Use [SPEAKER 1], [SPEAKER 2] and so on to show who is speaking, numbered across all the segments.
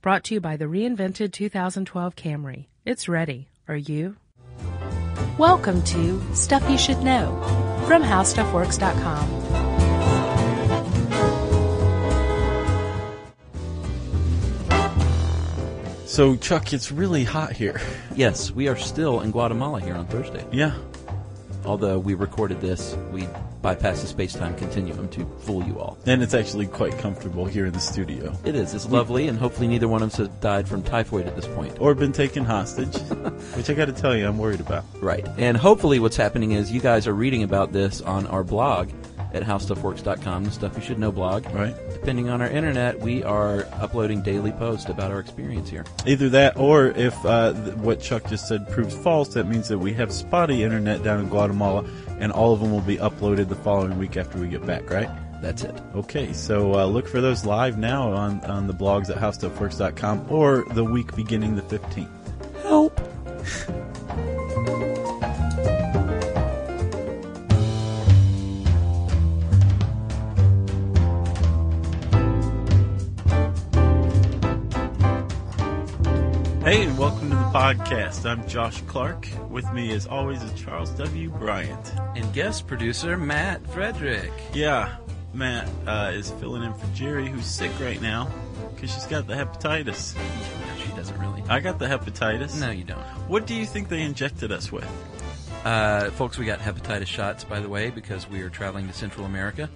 [SPEAKER 1] Brought to you by the reinvented 2012 Camry. It's ready. Are you? Welcome to Stuff You Should Know from HowStuffWorks.com.
[SPEAKER 2] So, Chuck, it's really hot here.
[SPEAKER 3] Yes, we are still in Guatemala here on Thursday.
[SPEAKER 2] Yeah.
[SPEAKER 3] Although we recorded this, we bypassed the space time continuum to fool you all.
[SPEAKER 2] And it's actually quite comfortable here in the studio.
[SPEAKER 3] It is. It's lovely, and hopefully neither one of us has died from typhoid at this point.
[SPEAKER 2] Or been taken hostage, which I gotta tell you, I'm worried about.
[SPEAKER 3] Right. And hopefully what's happening is you guys are reading about this on our blog at howstuffworks.com, the Stuff You Should Know blog.
[SPEAKER 2] Right.
[SPEAKER 3] Depending on our internet, we are uploading daily posts about our experience here.
[SPEAKER 2] Either that, or if uh, th- what Chuck just said proves false, that means that we have spotty internet down in Guatemala, and all of them will be uploaded the following week after we get back, right?
[SPEAKER 3] That's it.
[SPEAKER 2] Okay, so uh, look for those live now on, on the blogs at howstuffworks.com or the week beginning the 15th.
[SPEAKER 3] Help.
[SPEAKER 2] Hey, and welcome to the podcast. I'm Josh Clark. With me, as always, is Charles W. Bryant.
[SPEAKER 3] And guest producer Matt Frederick.
[SPEAKER 2] Yeah, Matt uh, is filling in for Jerry, who's sick right now because she's got the hepatitis.
[SPEAKER 3] She doesn't really.
[SPEAKER 2] I got the hepatitis.
[SPEAKER 3] No, you don't.
[SPEAKER 2] What do you think they injected us with?
[SPEAKER 3] Uh, folks, we got hepatitis shots, by the way, because we are traveling to Central America,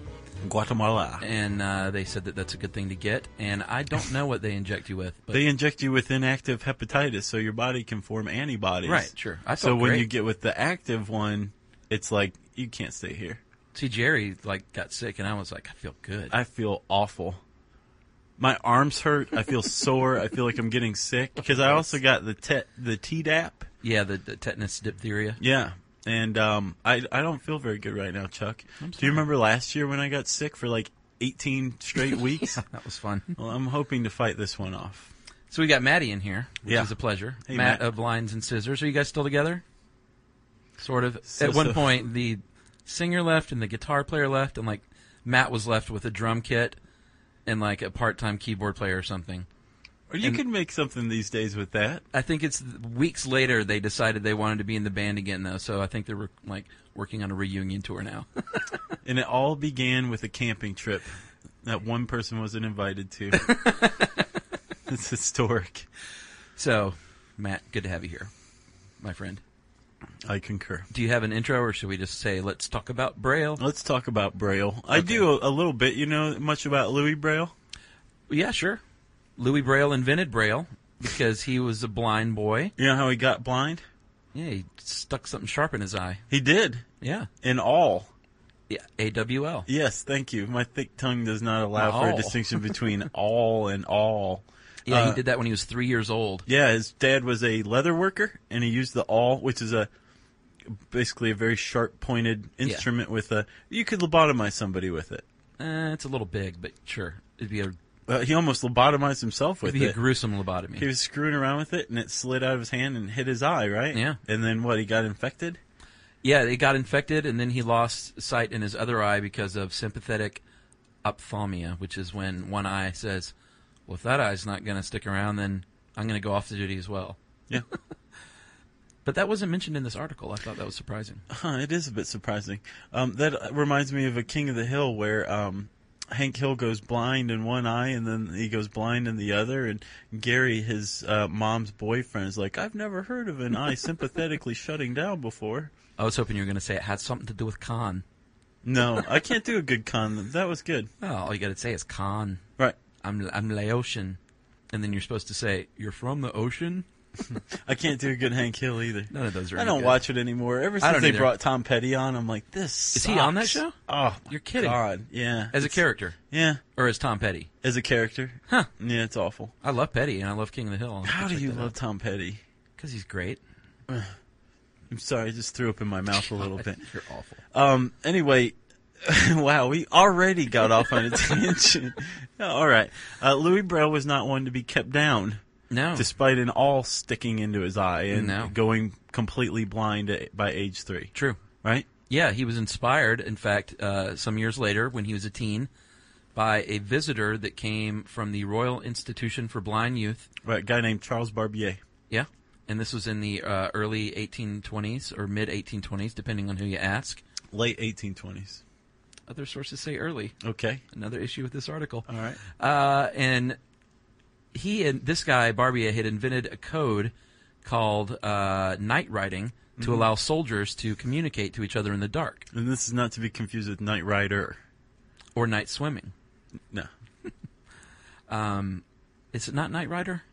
[SPEAKER 2] Guatemala.
[SPEAKER 3] and uh, they said that that's a good thing to get. And I don't know what they inject you with, but
[SPEAKER 2] They inject you with inactive hepatitis so your body can form antibodies.
[SPEAKER 3] Right, sure. I
[SPEAKER 2] so
[SPEAKER 3] felt
[SPEAKER 2] when
[SPEAKER 3] great.
[SPEAKER 2] you get with the active one, it's like you can't stay here.
[SPEAKER 3] see, Jerry like got sick, and I was like, I feel good.
[SPEAKER 2] I feel awful. My arms hurt. I feel sore. I feel like I'm getting sick because I also got the te- the Tdap.
[SPEAKER 3] yeah, the, the tetanus diphtheria.
[SPEAKER 2] Yeah. And um, I, I don't feel very good right now, Chuck. Do you remember last year when I got sick for like 18 straight weeks?
[SPEAKER 3] That was fun.
[SPEAKER 2] Well, I'm hoping to fight this one off.
[SPEAKER 3] So we got Maddie in here, which
[SPEAKER 2] Yeah.
[SPEAKER 3] is a pleasure.
[SPEAKER 2] Hey,
[SPEAKER 3] Matt,
[SPEAKER 2] Matt.
[SPEAKER 3] of Lines and Scissors. Are you guys still together? Sort of. At
[SPEAKER 2] So-so.
[SPEAKER 3] one point, the singer left and the guitar player left, and like Matt was left with a drum kit and like a part-time keyboard player or something.
[SPEAKER 2] Or you
[SPEAKER 3] And-
[SPEAKER 2] could make something these days with that.
[SPEAKER 3] I think it's weeks later they decided they wanted to be in the band again, though. So I think they're like working on a reunion tour now.
[SPEAKER 2] And it all began with a camping trip that one person wasn't invited to. it's historic.
[SPEAKER 3] so, Matt, good to have you here, my friend.
[SPEAKER 2] I concur.
[SPEAKER 3] Do you have an intro, or should we just say let's talk about Braille?
[SPEAKER 2] Let's talk about Braille. I do a, a little bit. You know much about Louis Braille?
[SPEAKER 3] Yeah, sure. Louis Braille invented Braille because he was a blind boy.
[SPEAKER 2] You know how he got blind?
[SPEAKER 3] Yeah, he stuck something sharp in his eye.
[SPEAKER 2] He did.
[SPEAKER 3] Yeah,
[SPEAKER 2] In all.
[SPEAKER 3] yeah. AWL.
[SPEAKER 2] Yes, thank you. My thick tongue does not allow for a
[SPEAKER 3] All.
[SPEAKER 2] distinction between all and all.
[SPEAKER 3] Yeah,
[SPEAKER 2] Uh,
[SPEAKER 3] he did that when he was three years old.
[SPEAKER 2] Yeah, his dad was a leather worker, and he used the awl, which is a basically a very sharp pointed instrument with a. You could lobotomize somebody with it.
[SPEAKER 3] Uh, it's a little big, but sure, it'd be a
[SPEAKER 2] Uh, he almost lobotomized himself with
[SPEAKER 3] it'd be a
[SPEAKER 2] it.
[SPEAKER 3] gruesome lobotomy.
[SPEAKER 2] He was screwing around with it, and it slid out of his hand and hit his eye. Right.
[SPEAKER 3] Yeah.
[SPEAKER 2] And then what? He got infected.
[SPEAKER 3] Yeah, it got infected, and then he lost sight in his other eye because of sympathetic ophthalmia, which is when one eye says, "Well, if that eye's not going to stick around, then I'm going to go off to duty as well."
[SPEAKER 2] Yeah.
[SPEAKER 3] But that wasn't mentioned in this article. I thought that was surprising.
[SPEAKER 2] Huh, it is a bit surprising. Um, that reminds me of a King of the Hill where um, Hank Hill goes blind in one eye, and then he goes blind in the other. And Gary, his uh, mom's boyfriend, is like, "I've never heard of an eye sympathetically shutting down before."
[SPEAKER 3] I was hoping you were going to say it had something to do with con.
[SPEAKER 2] No, I can't do a good con. That was good.
[SPEAKER 3] Oh, all you got to say is con.
[SPEAKER 2] Right.
[SPEAKER 3] I'm I'm Laotian, and then you're supposed to say you're from the ocean.
[SPEAKER 2] I can't do a good Hank Hill either.
[SPEAKER 3] None of those are.
[SPEAKER 2] I
[SPEAKER 3] any
[SPEAKER 2] don't
[SPEAKER 3] good.
[SPEAKER 2] watch it anymore. Ever
[SPEAKER 3] I
[SPEAKER 2] since
[SPEAKER 3] don't
[SPEAKER 2] they
[SPEAKER 3] either.
[SPEAKER 2] brought Tom Petty on, I'm like, this.
[SPEAKER 3] Is he on that
[SPEAKER 2] sucks.
[SPEAKER 3] show?
[SPEAKER 2] Oh, my
[SPEAKER 3] You're kidding.
[SPEAKER 2] God, yeah.
[SPEAKER 3] as a
[SPEAKER 2] It's-
[SPEAKER 3] character
[SPEAKER 2] Yeah,
[SPEAKER 3] or as Tom Petty.
[SPEAKER 2] as a character.
[SPEAKER 3] Huh.
[SPEAKER 2] Yeah, it's awful.
[SPEAKER 3] I love Petty and I love King of the Hill.
[SPEAKER 2] How do you love Tom Petty?
[SPEAKER 3] Because he's great.
[SPEAKER 2] I'm sorry, I just threw up in my mouth a little bit.
[SPEAKER 3] You're awful.
[SPEAKER 2] Um, anyway, wow, we already got off on a tangent. All right. Uh, Louis Braille was not one to be kept down,
[SPEAKER 3] No.
[SPEAKER 2] despite an awl sticking into his eye and
[SPEAKER 3] Oh. No.
[SPEAKER 2] going completely blind at, by age three.
[SPEAKER 3] True.
[SPEAKER 2] Right?
[SPEAKER 3] Yeah, he was inspired, in fact, uh, some years later when he was a teen, by a visitor that came from the Royal Institution for Blind Youth.
[SPEAKER 2] Right, a guy named Charles Barbier.
[SPEAKER 3] Yeah. And this was in the uh, early 1820s or mid 1820s, depending on who you ask.
[SPEAKER 2] Late 1820s.
[SPEAKER 3] Other sources say early.
[SPEAKER 2] Okay.
[SPEAKER 3] Another issue with this article.
[SPEAKER 2] All right.
[SPEAKER 3] Uh, and he and this guy Barbier had invented a code called uh, night writing to
[SPEAKER 2] Mm-hmm.
[SPEAKER 3] allow soldiers to communicate to each other in the dark
[SPEAKER 2] And this is not to be confused with Knight Rider.
[SPEAKER 3] or night swimming.
[SPEAKER 2] No.
[SPEAKER 3] Is it not Knight Rider?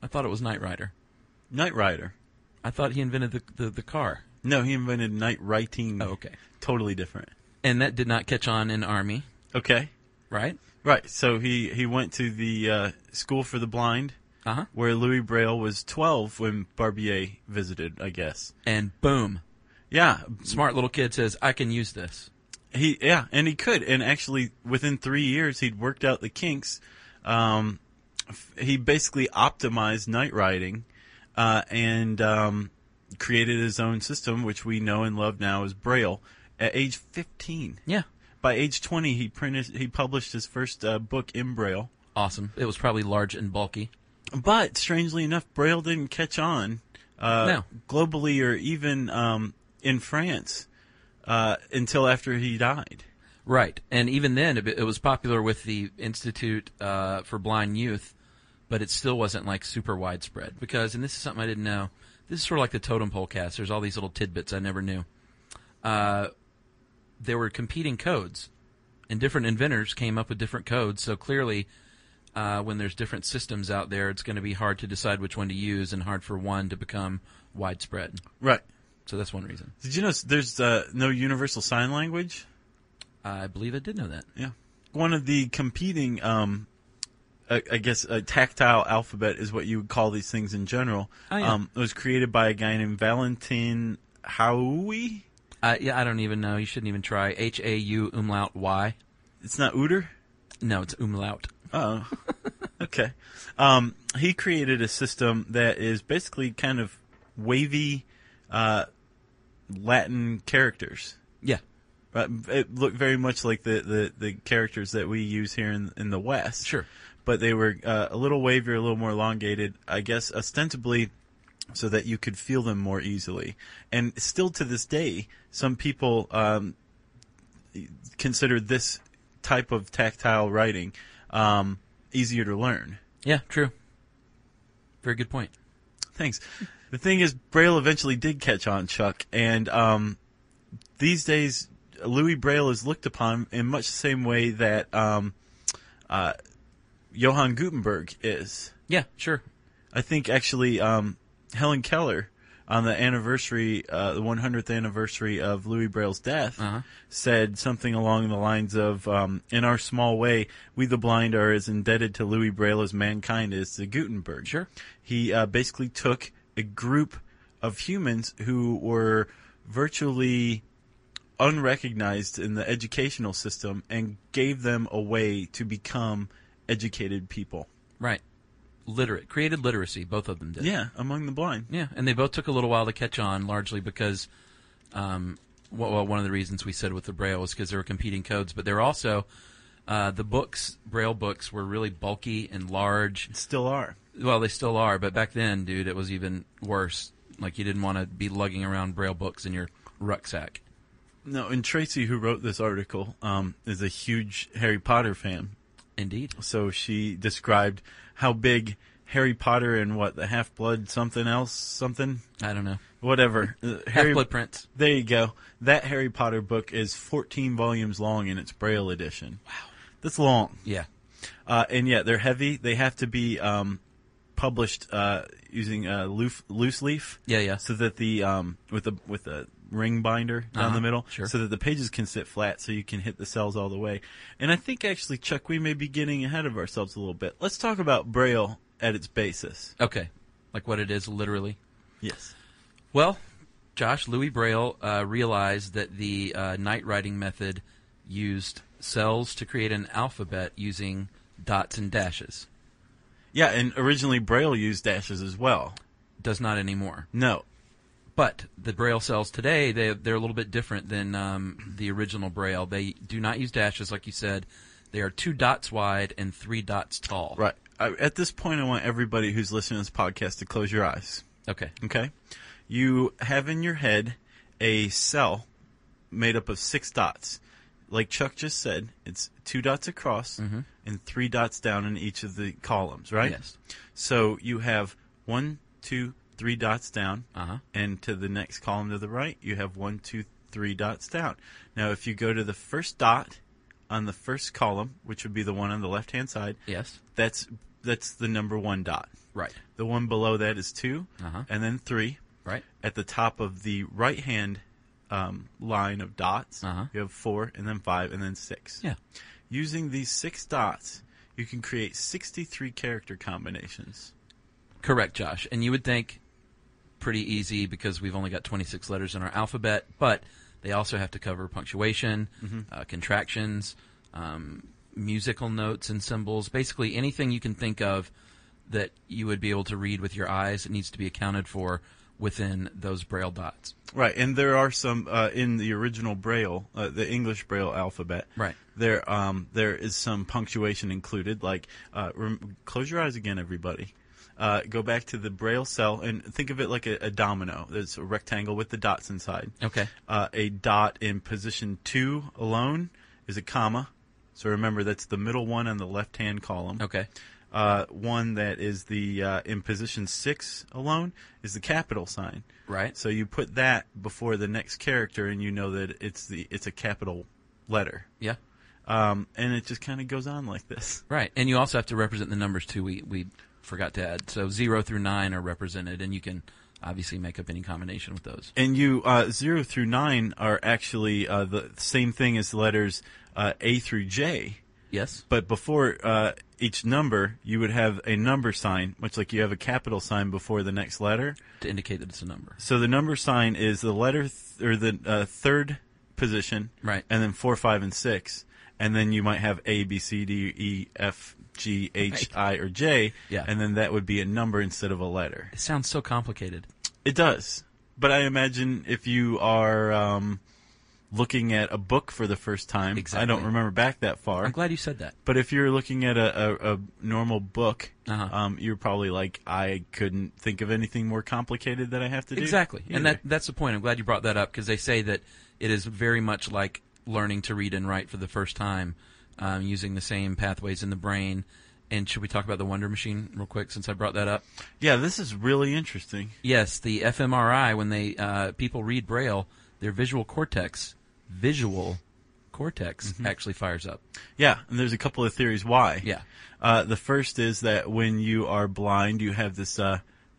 [SPEAKER 3] I thought it was Knight Rider.
[SPEAKER 2] Knight Rider.
[SPEAKER 3] I thought he invented the the, the car.
[SPEAKER 2] No, he invented night writing.
[SPEAKER 3] Oh, okay.
[SPEAKER 2] Totally different.
[SPEAKER 3] And that did not catch on in army,
[SPEAKER 2] Okay.
[SPEAKER 3] right?
[SPEAKER 2] Right. So he, he went to the uh, school for the blind
[SPEAKER 3] Uh huh.
[SPEAKER 2] where Louis Braille was 12 when Barbier visited, I guess.
[SPEAKER 3] And boom,
[SPEAKER 2] Yeah.
[SPEAKER 3] smart little kid says, "I can use this."
[SPEAKER 2] He yeah, and he could. And actually within 3 years he'd worked out the kinks. Um f- he basically optimized night riding uh and um created his own system which we know and love now as Braille at age 15.
[SPEAKER 3] Yeah,
[SPEAKER 2] By age 20 he printed he published his first uh, book in Braille.
[SPEAKER 3] awesome. It was probably large and bulky.
[SPEAKER 2] But strangely enough, Braille didn't catch on uh,
[SPEAKER 3] No.
[SPEAKER 2] globally or even um, in France uh, until after he died.
[SPEAKER 3] Right, and even then, it it was popular with the Institute uh, for Blind Youth, but it still wasn't like super widespread because, and this is something I didn't know. This is sort of like the totem pole cast. There's all these little tidbits I never knew. Uh, there were competing codes, and different inventors came up with different codes. So clearly, uh, when there's different systems out there, it's going to be hard to decide which one to use, and hard for one to become widespread.
[SPEAKER 2] Right.
[SPEAKER 3] So that's one reason.
[SPEAKER 2] Did you know there's uh, no universal sign language?
[SPEAKER 3] I believe I did know that.
[SPEAKER 2] Yeah. One of the competing, um, I, I guess, a tactile alphabet is what you would call these things in general.
[SPEAKER 3] Oh, yeah.
[SPEAKER 2] um, it was created by a guy named Valentin Howie.
[SPEAKER 3] Uh, yeah, I don't even know. You shouldn't even try. H A U umlaut Y.
[SPEAKER 2] It's not Uter.
[SPEAKER 3] No, it's umlaut.
[SPEAKER 2] Oh, okay. Um, he created a system that is basically kind of wavy uh, Latin characters.
[SPEAKER 3] Yeah.
[SPEAKER 2] Right? It looked very much like the, the, the characters that we use here in, in the West.
[SPEAKER 3] Sure.
[SPEAKER 2] But they were uh, a little wavier, a little more elongated, I guess, ostensibly so that you could feel them more easily. And still to this day, some people um, consider this type of tactile writing um, easier to learn.
[SPEAKER 3] Yeah, true. Very good point.
[SPEAKER 2] Thanks. The thing is, Braille eventually did catch on, Chuck, and um, these days Louis Braille is looked upon in much the same way that um, uh, Johann Gutenberg is.
[SPEAKER 3] Yeah, sure.
[SPEAKER 2] I think actually um, Helen Keller on the anniversary, uh, the 100th anniversary of Louis Braille's death,
[SPEAKER 3] Uh-huh.
[SPEAKER 2] said something along the lines of, um, "In our small way, we the blind are as indebted to Louis Braille as mankind is to Gutenberg."
[SPEAKER 3] Sure.
[SPEAKER 2] He uh, basically took a group of humans who were virtually unrecognized in the educational system and gave them a way to become educated people.
[SPEAKER 3] Right. Literate. Created literacy. Both of them did.
[SPEAKER 2] Yeah, among the blind.
[SPEAKER 3] Yeah, and they both took a little while to catch on, largely because, um, well, well, one of the reasons we said with the Braille was because there were competing codes, but there were also uh, the books, Braille books, were really bulky and large.
[SPEAKER 2] Still are.
[SPEAKER 3] Well, they still are, but back then, dude, it was even worse. Like you didn't want to be lugging around Braille books in your rucksack.
[SPEAKER 2] No, and Tracy, who wrote this article, um, is a huge Harry Potter fan.
[SPEAKER 3] Indeed.
[SPEAKER 2] So she described how big Harry Potter and what the Half Blood something else something
[SPEAKER 3] I don't know.
[SPEAKER 2] whatever uh,
[SPEAKER 3] Half
[SPEAKER 2] Harry-
[SPEAKER 3] Blood Prince.
[SPEAKER 2] There you go. That Harry Potter book is 14 volumes long in its Braille edition. Wow, that's long.
[SPEAKER 3] Yeah.
[SPEAKER 2] Uh, and yeah, they're heavy. They have to be um, published uh, using a loof, loose leaf.
[SPEAKER 3] Yeah, yeah.
[SPEAKER 2] So that the um, with the with the ring binder down
[SPEAKER 3] Uh-huh,
[SPEAKER 2] the middle,
[SPEAKER 3] sure.
[SPEAKER 2] so that the pages can sit flat, so you can hit the cells all the way. And I think actually, Chuck, we may be getting ahead of ourselves a little bit. Let's talk about Braille at its basis.
[SPEAKER 3] Okay. Like what it is literally.
[SPEAKER 2] Yes.
[SPEAKER 3] Well, Josh, Louis Braille uh, realized that the uh, night writing method used cells to create an alphabet using dots and dashes.
[SPEAKER 2] Yeah, and originally Braille used dashes as well.
[SPEAKER 3] Does not anymore.
[SPEAKER 2] No,
[SPEAKER 3] But the Braille cells today, they, they're a little bit different than um, the original Braille. They do not use dashes, like you said. They are two dots wide and three dots tall.
[SPEAKER 2] Right. I, at this point, I want everybody who's listening to this podcast to close your eyes.
[SPEAKER 3] Okay.
[SPEAKER 2] Okay. You have in your head a cell made up of six dots. Like Chuck just said, it's two dots across and three dots down in each of the columns, right?
[SPEAKER 3] Mm-hmm. Yes.
[SPEAKER 2] So you have one, two, three dots down,
[SPEAKER 3] Uh-huh.
[SPEAKER 2] and to the next column to the right, you have one, two, three dots down. Now, if you go to the first dot on the first column, which would be the one on the left hand side,
[SPEAKER 3] Yes.
[SPEAKER 2] that's that's the number one dot.
[SPEAKER 3] Right.
[SPEAKER 2] The one below that is 2
[SPEAKER 3] Uh-huh.
[SPEAKER 2] and then three.
[SPEAKER 3] Right.
[SPEAKER 2] At the top of the right hand um, line of dots,
[SPEAKER 3] Uh-huh.
[SPEAKER 2] you have four, and then five, and then six.
[SPEAKER 3] Yeah.
[SPEAKER 2] Using these six dots, you can create 63 character combinations.
[SPEAKER 3] Correct, Josh. And you would think pretty easy because we've only got 26 letters in our alphabet, but they also have to cover punctuation, uh, contractions, um, musical notes and symbols, basically anything you can think of that you would be able to read with your eyes. It needs to be accounted for within those braille dots.
[SPEAKER 2] Right, and there are some uh, in the original Braille, uh, the English Braille alphabet.
[SPEAKER 3] Right.
[SPEAKER 2] There, um, there is some punctuation included. Like, uh, rem- close your eyes again, everybody. Uh, go back to the Braille cell and think of it like a, a domino. There's a rectangle with the dots inside.
[SPEAKER 3] Okay.
[SPEAKER 2] Uh, a dot in position two alone is a comma. So remember, that's the middle one on the left-hand column.
[SPEAKER 3] Okay.
[SPEAKER 2] Uh, one that is the uh, in position six alone is the capital sign.
[SPEAKER 3] Right.
[SPEAKER 2] So you put that before the next character, and you know that it's the it's a capital letter,
[SPEAKER 3] Yeah.
[SPEAKER 2] um, and it just kind of goes on like this.
[SPEAKER 3] Right. And you also have to represent the numbers too. We we forgot to add. So 0 through 9 are represented and you can obviously make up any combination with those.
[SPEAKER 2] And you uh, zero through nine are actually uh, the same thing as letters uh, A through J,
[SPEAKER 3] Yes.
[SPEAKER 2] but before uh, each number, you would have a number sign, much like you have a capital sign before the next letter.
[SPEAKER 3] To indicate that it's a number.
[SPEAKER 2] So the number sign is the letter th- or the uh, third position,
[SPEAKER 3] Right.
[SPEAKER 2] And then four, five, and six, and then you might have A, B, C, D, E, F, G, H, I, or J,
[SPEAKER 3] Yeah.
[SPEAKER 2] And then that would be a number instead of a letter.
[SPEAKER 3] It sounds so complicated.
[SPEAKER 2] It does, but I imagine if you are um, looking at a book for the first time, I
[SPEAKER 3] Exactly.
[SPEAKER 2] don't remember back that far.
[SPEAKER 3] I'm glad you said that.
[SPEAKER 2] But if you're looking at a, a, a normal book,
[SPEAKER 3] Uh-huh.
[SPEAKER 2] um, you're probably like, I couldn't think of anything more complicated that I have to do.
[SPEAKER 3] Exactly. And
[SPEAKER 2] either."
[SPEAKER 3] that that's the point. I'm glad you brought that up because they say that it is very much like learning to read and write for the first time um, using the same pathways in the brain. And should we talk about the Wonder Machine real quick since I brought that up?
[SPEAKER 2] Yeah, this is really interesting.
[SPEAKER 3] Yes, the fMRI when they uh, people read Braille, their visual cortex, visual cortex actually fires up.
[SPEAKER 2] Yeah, and there's a couple of theories why.
[SPEAKER 3] Yeah.
[SPEAKER 2] Uh, the first is that when you are blind, you have this uh,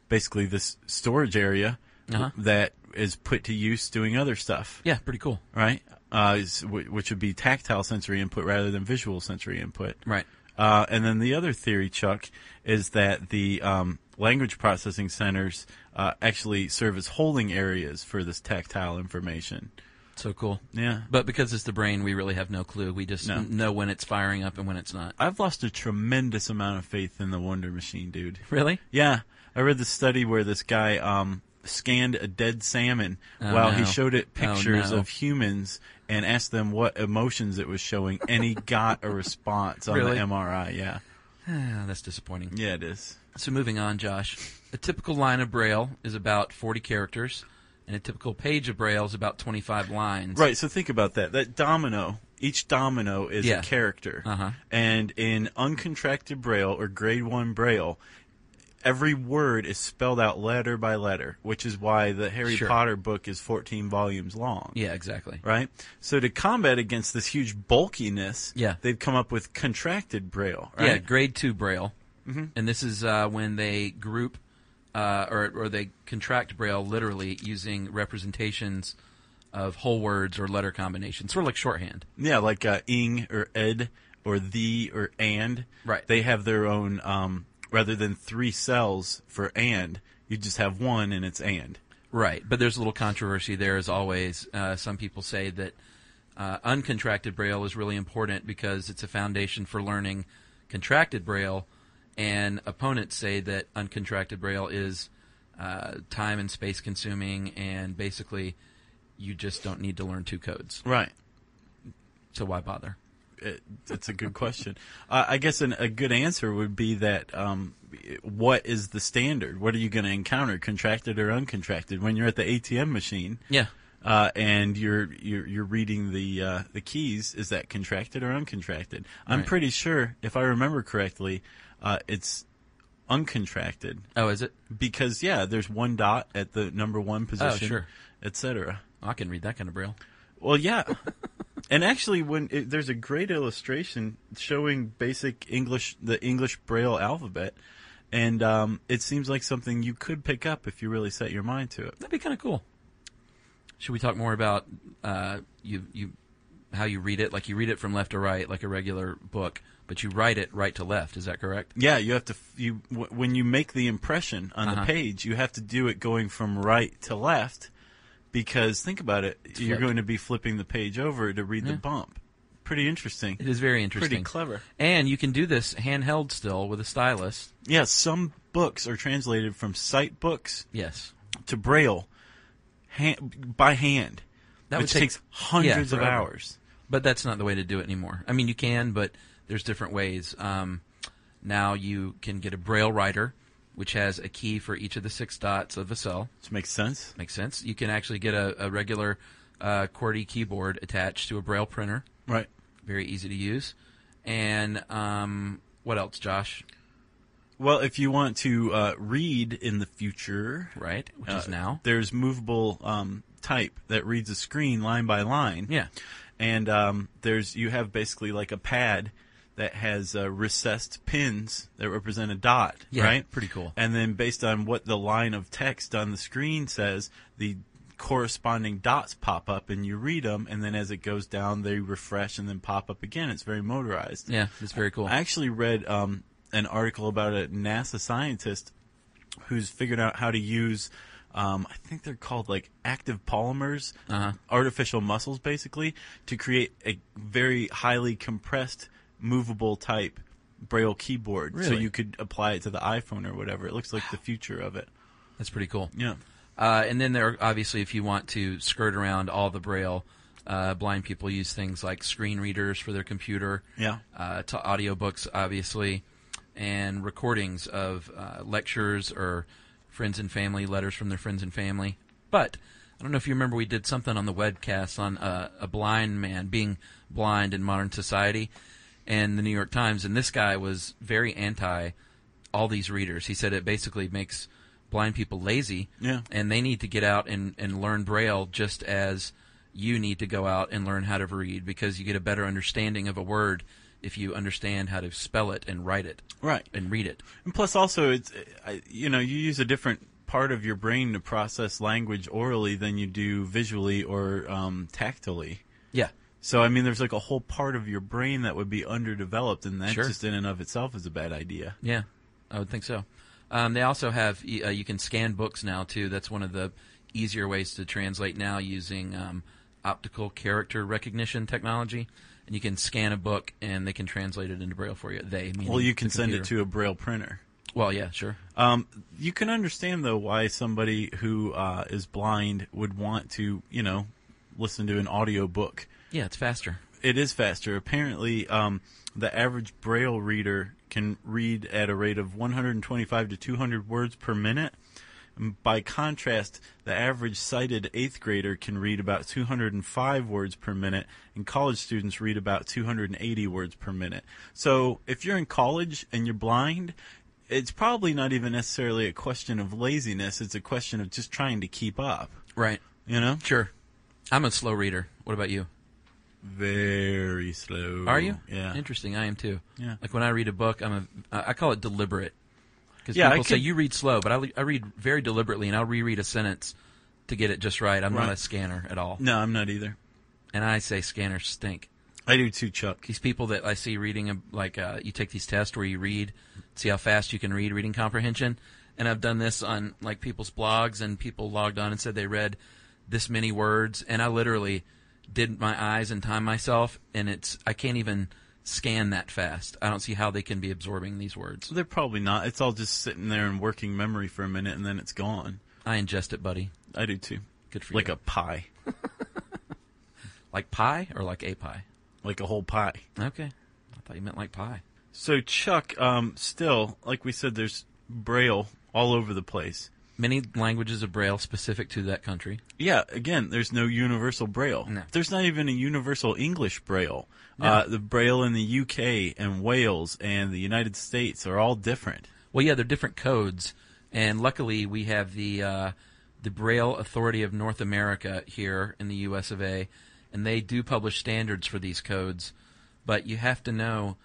[SPEAKER 2] basically this storage area
[SPEAKER 3] Uh-huh.
[SPEAKER 2] that is put to use doing other stuff,
[SPEAKER 3] Yeah, pretty cool.
[SPEAKER 2] right? Uh, is- wh- which would be tactile sensory input rather than visual sensory input.
[SPEAKER 3] Right.
[SPEAKER 2] Uh, and then the other theory, Chuck, is that the um, language processing centers uh, actually serve as holding areas for this tactile information.
[SPEAKER 3] So cool.
[SPEAKER 2] Yeah.
[SPEAKER 3] But because it's the brain, we really have no clue. We just
[SPEAKER 2] No.
[SPEAKER 3] n- know when it's firing up and when it's not.
[SPEAKER 2] I've lost a tremendous amount of faith in the Wonder Machine, dude.
[SPEAKER 3] Really?
[SPEAKER 2] Yeah, I read the study where this guy um, scanned a dead salmon
[SPEAKER 3] Oh,
[SPEAKER 2] while
[SPEAKER 3] no.
[SPEAKER 2] he showed it
[SPEAKER 3] Oh,
[SPEAKER 2] pictures
[SPEAKER 3] no.
[SPEAKER 2] of humans and asked them what emotions it was showing, and he got a response on
[SPEAKER 3] Really?
[SPEAKER 2] the MRI. Yeah,
[SPEAKER 3] Ah, that's disappointing.
[SPEAKER 2] yeah, it is.
[SPEAKER 3] So moving on, Josh. A typical line of Braille is about 40 characters, and a typical page of Braille is about 25 lines.
[SPEAKER 2] Right. So think about that. That domino. Each domino is
[SPEAKER 3] Yeah.
[SPEAKER 2] a character,
[SPEAKER 3] Uh-huh.
[SPEAKER 2] and in uncontracted braille or grade one braille, every word is spelled out letter by letter, which is why the Harry
[SPEAKER 3] Sure.
[SPEAKER 2] Potter book is 14 volumes long.
[SPEAKER 3] Yeah, exactly.
[SPEAKER 2] Right. So to combat against this huge bulkiness,
[SPEAKER 3] Yeah.
[SPEAKER 2] they've come up with contracted braille. Right? Mm-hmm.
[SPEAKER 3] Yeah, grade two Braille. And this is uh, when they group uh, or, or they contract Braille literally using representations of whole words or letter combinations, sort of like shorthand.
[SPEAKER 2] Yeah, like uh, ing or ed or the or and.
[SPEAKER 3] Right.
[SPEAKER 2] They have their own. Um, rather than three cells for and, you just have one, and it's and.
[SPEAKER 3] Right, but there's a little controversy there as always. Uh, some people say that uh, uncontracted Braille is really important because it's a foundation for learning contracted Braille, and opponents say that uncontracted Braille is uh, time and space consuming, and basically you just don't need to learn two codes.
[SPEAKER 2] Right.
[SPEAKER 3] So why bother?
[SPEAKER 2] it, it's Uh, a good question. Uh, I guess an, a good answer would be that um, what is the standard? What are you going to encounter, contracted or uncontracted, when you're at the ATM machine?
[SPEAKER 3] Yeah.
[SPEAKER 2] Uh, and you're you're you're reading the uh, the keys. Is that contracted or uncontracted? I'm
[SPEAKER 3] Right.
[SPEAKER 2] pretty sure, if I remember correctly, uh, it's uncontracted
[SPEAKER 3] Oh, is it?
[SPEAKER 2] because yeah, there's one dot at the number one position,
[SPEAKER 3] Oh, sure.
[SPEAKER 2] etc.
[SPEAKER 3] I can read that kind of braille.
[SPEAKER 2] Well, yeah. and actually, when it, there's a great illustration showing basic English, the English Braille alphabet, and um, it seems like something you could pick up if you really set your mind to it.
[SPEAKER 3] That'd be kind of cool. Should we talk more about uh, you you how you read it? Like you read it from left to right, like a regular book, but you write it right to left. Is that correct?
[SPEAKER 2] Yeah, you have to. f- You w- when you make the impression on
[SPEAKER 3] Uh-huh.
[SPEAKER 2] the page, you have to do it going from right to left, because think about it, you're
[SPEAKER 3] flipped.
[SPEAKER 2] going to be flipping the page over to read the bump. Pretty interesting.
[SPEAKER 3] It is very interesting.
[SPEAKER 2] Pretty clever.
[SPEAKER 3] And you can do this handheld still with a stylus.
[SPEAKER 2] Yeah, some books are translated from sight books
[SPEAKER 3] Yes.
[SPEAKER 2] to braille hand, by hand
[SPEAKER 3] That
[SPEAKER 2] which
[SPEAKER 3] would take-
[SPEAKER 2] takes hundreds
[SPEAKER 3] yeah,
[SPEAKER 2] of
[SPEAKER 3] forever.
[SPEAKER 2] hours
[SPEAKER 3] But that's not the way to do it anymore. I mean, you can, but there's different ways. Um, now you can get a braille writer, which has a key for each of the six dots of a cell.
[SPEAKER 2] which makes sense
[SPEAKER 3] Makes sense. You can actually get a, a regular uh, QWERTY keyboard attached to a braille printer.
[SPEAKER 2] right
[SPEAKER 3] Very easy to use. And um, what else, Josh?
[SPEAKER 2] well if you want to uh, read in the future
[SPEAKER 3] Right? Which is
[SPEAKER 2] uh,
[SPEAKER 3] now.
[SPEAKER 2] there's movable um, type that reads a screen line by line
[SPEAKER 3] Yeah.
[SPEAKER 2] and um, there's you have basically like a pad that has uh, recessed pins that represent a dot,
[SPEAKER 3] Yeah,
[SPEAKER 2] right?
[SPEAKER 3] pretty cool.
[SPEAKER 2] And then based on what the line of text on the screen says, the corresponding dots pop up and you read them. And then as it goes down, they refresh and then pop up again. It's very motorized.
[SPEAKER 3] Yeah, it's very cool.
[SPEAKER 2] I actually read um, an article about a NASA scientist who's figured out how to use. Um, I think they're called like active polymers,
[SPEAKER 3] Uh-huh.
[SPEAKER 2] artificial muscles, basically, to create a very highly compressed, movable type braille keyboard. So
[SPEAKER 3] Really?
[SPEAKER 2] you could apply it to the iPhone or whatever. It looks like the future of it.
[SPEAKER 3] That's pretty cool.
[SPEAKER 2] Yeah.
[SPEAKER 3] Uh, and then there are obviously, if you want to skirt around all the braille, uh, blind people use things like screen readers for their computer.
[SPEAKER 2] Yeah.
[SPEAKER 3] Uh, to audiobooks, obviously, and recordings of uh, lectures or friends and family letters from their friends and family. But I don't know if you remember, we did something on the webcast on uh, a blind man being blind in modern society, and the New York Times. And this guy was very anti all these readers. He said it basically makes blind people lazy,
[SPEAKER 2] Yeah.
[SPEAKER 3] and they need to get out and, and learn Braille just as you need to go out and learn how to read because you get a better understanding of a word if you understand how to spell it and write it
[SPEAKER 2] Right.
[SPEAKER 3] and read it.
[SPEAKER 2] And plus, also, it's I- you know you use a different part of your brain to process language orally than you do visually or um, tactily.
[SPEAKER 3] Yeah.
[SPEAKER 2] So I mean, there's like a whole part of your brain that would be underdeveloped, and that
[SPEAKER 3] Sure.
[SPEAKER 2] just in and of itself is a bad idea.
[SPEAKER 3] Yeah, I would think so. Um, they also have y- uh, you can scan books now too. That's one of the easier ways to translate now using um, optical character recognition technology, and you can scan a book and they can translate it into braille for you. They meaning
[SPEAKER 2] Well, you can
[SPEAKER 3] the
[SPEAKER 2] send it
[SPEAKER 3] computer.
[SPEAKER 2] to a braille printer.
[SPEAKER 3] Well, yeah, sure.
[SPEAKER 2] Um, you can understand though why somebody who uh, is blind would want to, you know, listen to an audio book.
[SPEAKER 3] Yeah, it's faster.
[SPEAKER 2] It is faster. Apparently, um, the average braille reader can read at a rate of 125 to 200 words per minute. By contrast, the average sighted eighth grader can read about 205 words per minute, and college students read about 280 words per minute. So, if you're in college and you're blind, it's probably not even necessarily a question of laziness. It's a question of just trying to keep up.
[SPEAKER 3] Right.
[SPEAKER 2] You know?
[SPEAKER 3] Sure. I'm a slow reader. What about you?
[SPEAKER 2] Very slow.
[SPEAKER 3] Are you?
[SPEAKER 2] Yeah.
[SPEAKER 3] Interesting. I am too.
[SPEAKER 2] Yeah.
[SPEAKER 3] Like when I read a book, I'm a. I I call it deliberate. Because
[SPEAKER 2] Yeah, I
[SPEAKER 3] people say
[SPEAKER 2] could-
[SPEAKER 3] you read slow, but I, le- I read very deliberately, and I'll reread a sentence to get it just right. I'm not
[SPEAKER 2] Right.
[SPEAKER 3] a scanner at all,
[SPEAKER 2] No, I'm not either.
[SPEAKER 3] and I say scanners stink.
[SPEAKER 2] I do too, Chuck.
[SPEAKER 3] These people that I see reading, a, like uh, you take these tests where you read, see how fast you can read, reading comprehension, and I've done this on like people's blogs, and people logged on and said they read this many words, and I literally did my eyes and time myself, and it's I can't even scan that fast. I don't see how they can be absorbing these words.
[SPEAKER 2] They're probably not. It's all just sitting there in working memory for a minute and then it's gone.
[SPEAKER 3] I ingest it, buddy.
[SPEAKER 2] I do too.
[SPEAKER 3] Good for
[SPEAKER 2] Like
[SPEAKER 3] you.
[SPEAKER 2] a pie.
[SPEAKER 3] like pie or like a pie.
[SPEAKER 2] like a whole pie.
[SPEAKER 3] Okay. I thought you meant like pie.
[SPEAKER 2] So Chuck, um, still, like we said, there's Braille all over the place.
[SPEAKER 3] Many languages of Braille specific to that country.
[SPEAKER 2] Yeah, again, there's no universal Braille.
[SPEAKER 3] No.
[SPEAKER 2] There's not even a universal English Braille. Uh, the Braille in the UK and Wales and the United States are all different.
[SPEAKER 3] Well, yeah, they're different codes, and luckily we have the uh, the Braille Authority of North America here in the U.S. of A. And they do publish standards for these codes, but you have to know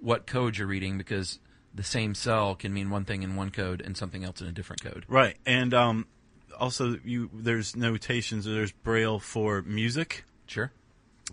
[SPEAKER 3] what code you're reading because the same cell can mean one thing in one code and something else in a different code.
[SPEAKER 2] Right, and um, also you there's notations. There's Braille for music.
[SPEAKER 3] Sure.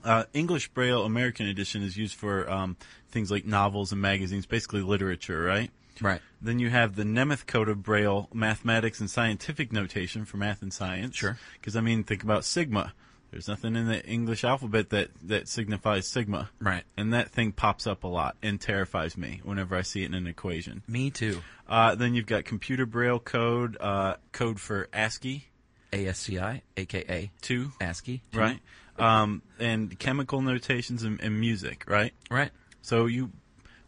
[SPEAKER 2] Uh, English Braille American Edition is used for um, things like novels and magazines, basically literature, right?
[SPEAKER 3] Right.
[SPEAKER 2] Then you have the Nemeth Code of Braille, mathematics and scientific notation for math and science.
[SPEAKER 3] Sure.
[SPEAKER 2] Because I mean, think about sigma. There's nothing in the English alphabet that that signifies sigma.
[SPEAKER 3] Right.
[SPEAKER 2] And that thing pops up a lot and terrifies me whenever I see it in an equation.
[SPEAKER 3] Me too.
[SPEAKER 2] Uh, then you've got computer braille code, uh, code for ASCII
[SPEAKER 3] ASCI, aka
[SPEAKER 2] too,
[SPEAKER 3] ASCII.
[SPEAKER 2] right? Um, and chemical notations and, and music, right?
[SPEAKER 3] Right.
[SPEAKER 2] So you,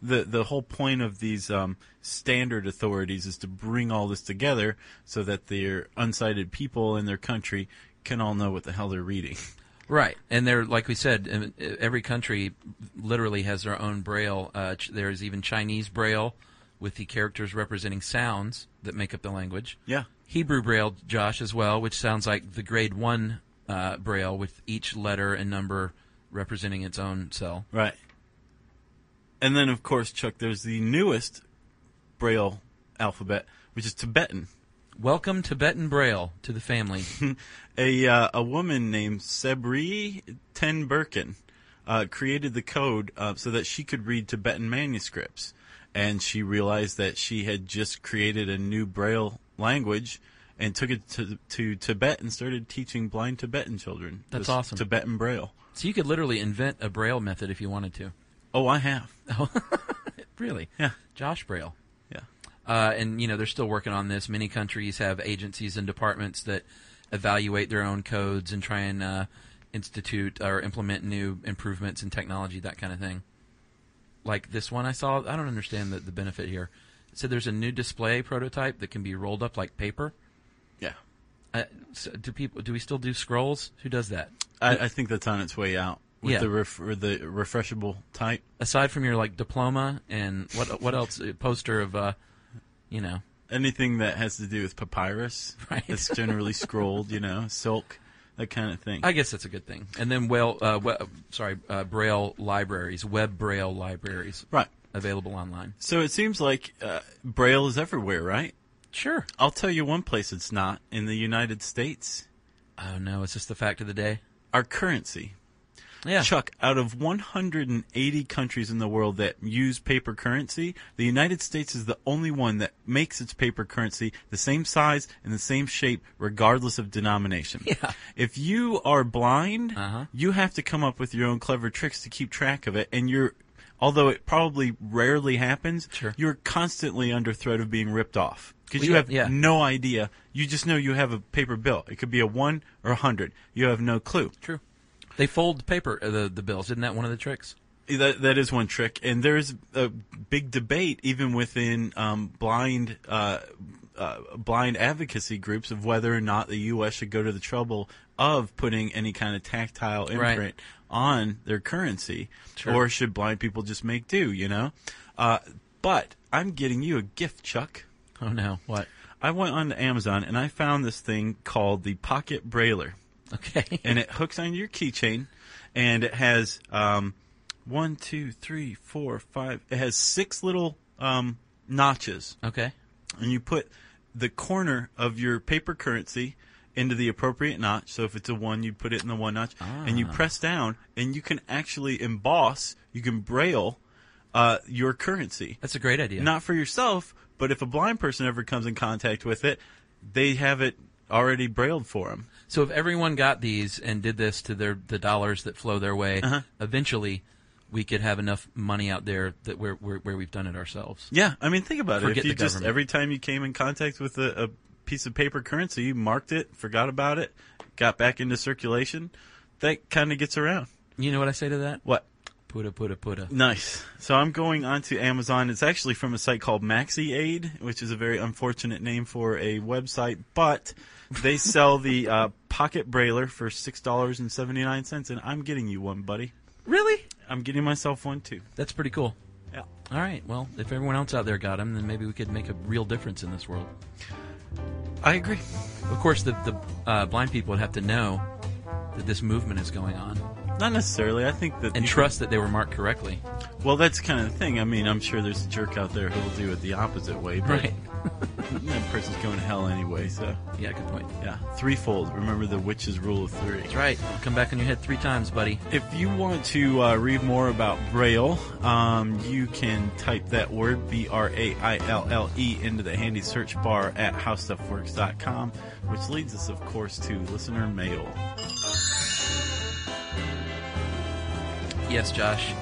[SPEAKER 2] the the whole point of these um, standard authorities is to bring all this together so that their unsighted people in their country can all know what the hell they're reading.
[SPEAKER 3] Right, and they're like we said, in- every country literally has their own braille. Uh, ch- there is even Chinese braille with the characters representing sounds that make up the language.
[SPEAKER 2] Yeah.
[SPEAKER 3] Hebrew braille, Josh, as well, which sounds like the grade one uh, braille with each letter and number representing its own cell.
[SPEAKER 2] Right. And then, of course, Chuck, there's the newest Braille alphabet, which is Tibetan.
[SPEAKER 3] Welcome Tibetan braille to the family.
[SPEAKER 2] A uh, a woman named Sebri Tenberken uh, created the code uh, so that she could read Tibetan manuscripts, and she realized that she had just created a new Braille language. And took it to to Tibet and started teaching blind Tibetan children.
[SPEAKER 3] That's
[SPEAKER 2] this
[SPEAKER 3] awesome.
[SPEAKER 2] Tibetan Braille.
[SPEAKER 3] so you could literally invent a braille method if you wanted to.
[SPEAKER 2] Oh, I have.
[SPEAKER 3] Really?
[SPEAKER 2] Yeah,
[SPEAKER 3] Josh Braille.
[SPEAKER 2] yeah.
[SPEAKER 3] Uh, and you know they're still working on this. Many countries have agencies and departments that evaluate their own codes and try and uh, institute or implement new improvements in technology, that kind of thing. Like this one I saw, I don't understand the, the benefit here. It said there's a new display prototype that can be rolled up like paper.
[SPEAKER 2] Yeah.
[SPEAKER 3] Uh, so do people? Do we still do scrolls? Who does that?
[SPEAKER 2] I, I think that's on its way out with
[SPEAKER 3] Yeah.
[SPEAKER 2] the ref- or the refreshable type.
[SPEAKER 3] Aside from your like diploma and what what else? A poster of, uh, you know,
[SPEAKER 2] Anything that has to do with papyrus,
[SPEAKER 3] Right.
[SPEAKER 2] That's generally scrolled, you know, silk, that kind of thing.
[SPEAKER 3] I guess that's a good thing. And then, well, uh, we- sorry, uh, Braille libraries, web Braille libraries
[SPEAKER 2] right.
[SPEAKER 3] available online.
[SPEAKER 2] So it seems like uh, Braille is everywhere, right?
[SPEAKER 3] Sure.
[SPEAKER 2] I'll tell you one place it's not in the United States.
[SPEAKER 3] Oh no, it's just the fact of the day.
[SPEAKER 2] Our currency.
[SPEAKER 3] Yeah.
[SPEAKER 2] Chuck, out of 180 countries in the world that use paper currency, the United States is the only one that makes its paper currency the same size and the same shape, regardless of denomination.
[SPEAKER 3] Yeah.
[SPEAKER 2] If you are blind,
[SPEAKER 3] Uh-huh.
[SPEAKER 2] you have to come up with your own clever tricks to keep track of it, and you're. Although it probably rarely happens,
[SPEAKER 3] Sure.
[SPEAKER 2] you're constantly under threat of being ripped off because
[SPEAKER 3] Well,
[SPEAKER 2] you
[SPEAKER 3] yeah,
[SPEAKER 2] have
[SPEAKER 3] yeah.
[SPEAKER 2] no idea. You just know you have a paper bill. It could be a one or a hundred. You have no clue.
[SPEAKER 3] True. They fold paper uh, the the bills. Isn't that one of the tricks?
[SPEAKER 2] That that is one trick, and there is a big debate even within um, blind uh, uh, blind advocacy groups of whether or not the U.S. should go to the trouble of putting any kind of tactile imprint on their currency,
[SPEAKER 3] Sure.
[SPEAKER 2] or should blind people just make do? You know, uh, but I'm getting you a gift, Chuck.
[SPEAKER 3] Oh no, what?
[SPEAKER 2] I went onto Amazon and I found this thing called the Pocket Brailer
[SPEAKER 3] Okay.
[SPEAKER 2] and it hooks onto your keychain, and it has um, one, two, three, four, five. It has six little um, notches,
[SPEAKER 3] okay.
[SPEAKER 2] and you put the corner of your paper currency into the appropriate notch. So if it's a one, you put it in the one notch, and you press down, and you can actually emboss, you can braille uh, your currency,
[SPEAKER 3] That's a great idea.
[SPEAKER 2] not for yourself, but if a blind person ever comes in contact with it, they have it already brailled for them.
[SPEAKER 3] So if everyone got these and did this to their the dollars that flow their way, eventually we could have enough money out there that we're, we're where we've done it ourselves.
[SPEAKER 2] Yeah, I mean, think about it.
[SPEAKER 3] Forget
[SPEAKER 2] If you
[SPEAKER 3] the
[SPEAKER 2] just
[SPEAKER 3] government.
[SPEAKER 2] every time you came in contact with a, a piece of paper currency, you marked it, forgot about it, got back into circulation, that kind of gets around.
[SPEAKER 3] You know what I say to that?
[SPEAKER 2] What?
[SPEAKER 3] Puta puta puta.
[SPEAKER 2] Nice. So I'm going onto Amazon. It's actually from a site called MaxiAid, which is a very unfortunate name for a website, but they sell the uh, pocket brailer for six dollars and seventy nine cents, and I'm getting you one, buddy.
[SPEAKER 3] Really?
[SPEAKER 2] I'm getting myself one too.
[SPEAKER 3] That's pretty cool.
[SPEAKER 2] Yeah.
[SPEAKER 3] All right. Well, if everyone else out there got them, then maybe we could make a real difference in this world.
[SPEAKER 2] I agree.
[SPEAKER 3] Of course, the the uh, blind people would have to know that this movement is going on
[SPEAKER 2] Not necessarily. I think that
[SPEAKER 3] and
[SPEAKER 2] you-
[SPEAKER 3] trust that they were marked correctly.
[SPEAKER 2] Well, that's kind of the thing. I mean, I'm sure there's a jerk out there who will do it the opposite way, but that person's going to hell anyway. So
[SPEAKER 3] Yeah. Good point.
[SPEAKER 2] yeah, threefold. Remember the witch's rule of three.
[SPEAKER 3] That's right. Come back on your head three times, buddy.
[SPEAKER 2] If you want to uh, read more about Braille, um, you can type that word B R A I L L E into the handy search bar at howstuffworks.com, which leads us, of course, to listener mail.
[SPEAKER 3] Yes, Josh.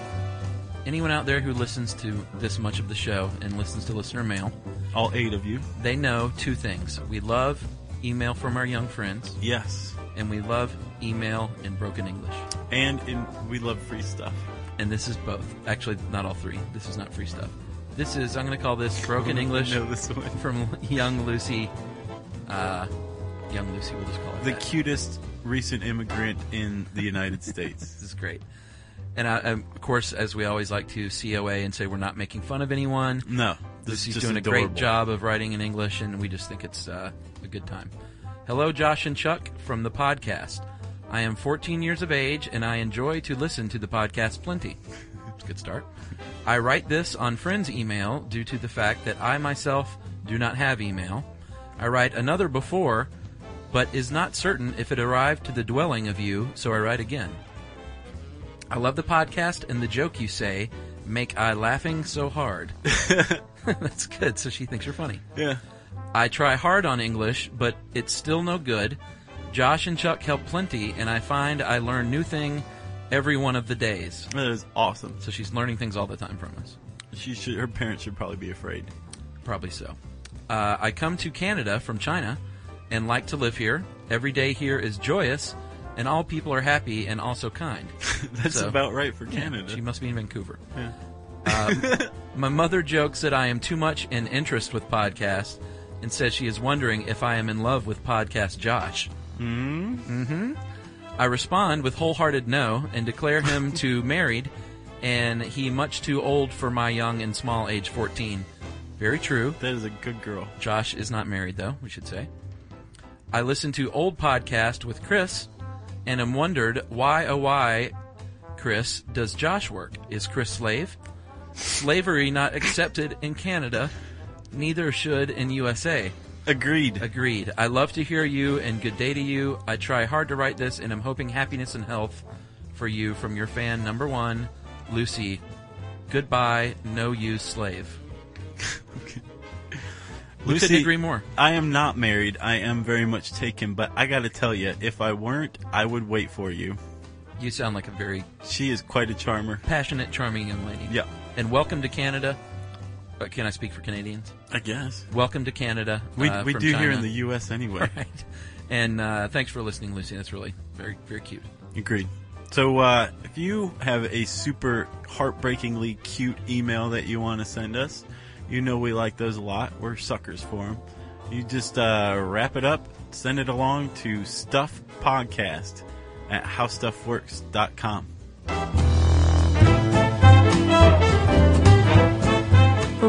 [SPEAKER 3] Anyone out there who listens to this much of the show and listens to listener mail,
[SPEAKER 2] All eight of you.
[SPEAKER 3] they know two things. We love email from our young friends,
[SPEAKER 2] Yes,
[SPEAKER 3] and we love email in broken English.
[SPEAKER 2] and in, we love free stuff.
[SPEAKER 3] And this is both. Actually, not all three. This is not free stuff. This is, I'm going to call this broken English
[SPEAKER 2] No, this one.
[SPEAKER 3] from young Lucy. Uh, young Lucy, we'll just call it
[SPEAKER 2] The
[SPEAKER 3] that.
[SPEAKER 2] cutest recent immigrant in the United States.
[SPEAKER 3] This is great. And I, um, of course, as we always like to COA and say, we're not making fun of anyone.
[SPEAKER 2] No, this
[SPEAKER 3] Lucy's
[SPEAKER 2] is just
[SPEAKER 3] doing a
[SPEAKER 2] adorable.
[SPEAKER 3] great job of writing in English, and we just think it's uh, a good time. Hello, Josh and Chuck from the podcast. I am 14 years of age, and I enjoy to listen to the podcast plenty. It's a good start. I write this on friends' email due to the fact that I myself do not have email. I write another before, but is not certain if it arrived to the dwelling of you, so I write again. I love the podcast and the joke you say, make I laughing so hard. That's good. So she thinks you're funny.
[SPEAKER 2] Yeah.
[SPEAKER 3] I try hard on English, but it's still no good. Josh and Chuck help plenty, and I find I learn new thing every one of the days.
[SPEAKER 2] That is awesome.
[SPEAKER 3] So she's learning things all the time from us.
[SPEAKER 2] She should. Her parents should probably be afraid.
[SPEAKER 3] Probably so. Uh, I come to Canada from China and like to live here. Every day here is joyous, and all people are happy and also kind.
[SPEAKER 2] That's
[SPEAKER 3] So-
[SPEAKER 2] about right for
[SPEAKER 3] Yeah,
[SPEAKER 2] Canada.
[SPEAKER 3] She must be in Vancouver. Um, my mother jokes that I am too much in interest with podcasts and says she is wondering if I am in love with podcast Josh. Mm-hmm. I respond with wholehearted no and declare him to married and he much too old for my young and small age 14. Very true.
[SPEAKER 2] that is a good girl.
[SPEAKER 3] Josh is not married, though, we should say. I listened to old podcast with Chris and am wondered why, oh, why, Chris, does Josh work? Is Chris slave? Slavery not accepted in Canada, neither should in USA.
[SPEAKER 2] Agreed.
[SPEAKER 3] Agreed. I love to hear you and good day to you. I try hard to write this and I'm hoping happiness and health for you from your fan number one, Lucy. Goodbye, no use slave. We
[SPEAKER 2] Lucy,
[SPEAKER 3] couldn't agree more.
[SPEAKER 2] I am not married. I am very much taken, but I gotta tell you, if I weren't, I would wait for you.
[SPEAKER 3] You sound like a very
[SPEAKER 2] She is quite a charmer.
[SPEAKER 3] passionate, charming young lady.
[SPEAKER 2] Yeah.
[SPEAKER 3] And welcome to Canada. Uh, can I speak for Canadians?
[SPEAKER 2] I guess
[SPEAKER 3] Welcome to Canada.
[SPEAKER 2] we
[SPEAKER 3] uh,
[SPEAKER 2] we
[SPEAKER 3] from
[SPEAKER 2] do here
[SPEAKER 3] China.
[SPEAKER 2] in the U.S. anyway.
[SPEAKER 3] Right. And uh, thanks for listening, Lucy. That's really very, very cute.
[SPEAKER 2] Agreed. So uh, if you have a super heartbreakingly cute email that you want to send us, you know we like those a lot. We're suckers for them. You just uh, wrap it up, send it along to Stuff Podcast at howstuffworks.com.
[SPEAKER 1] For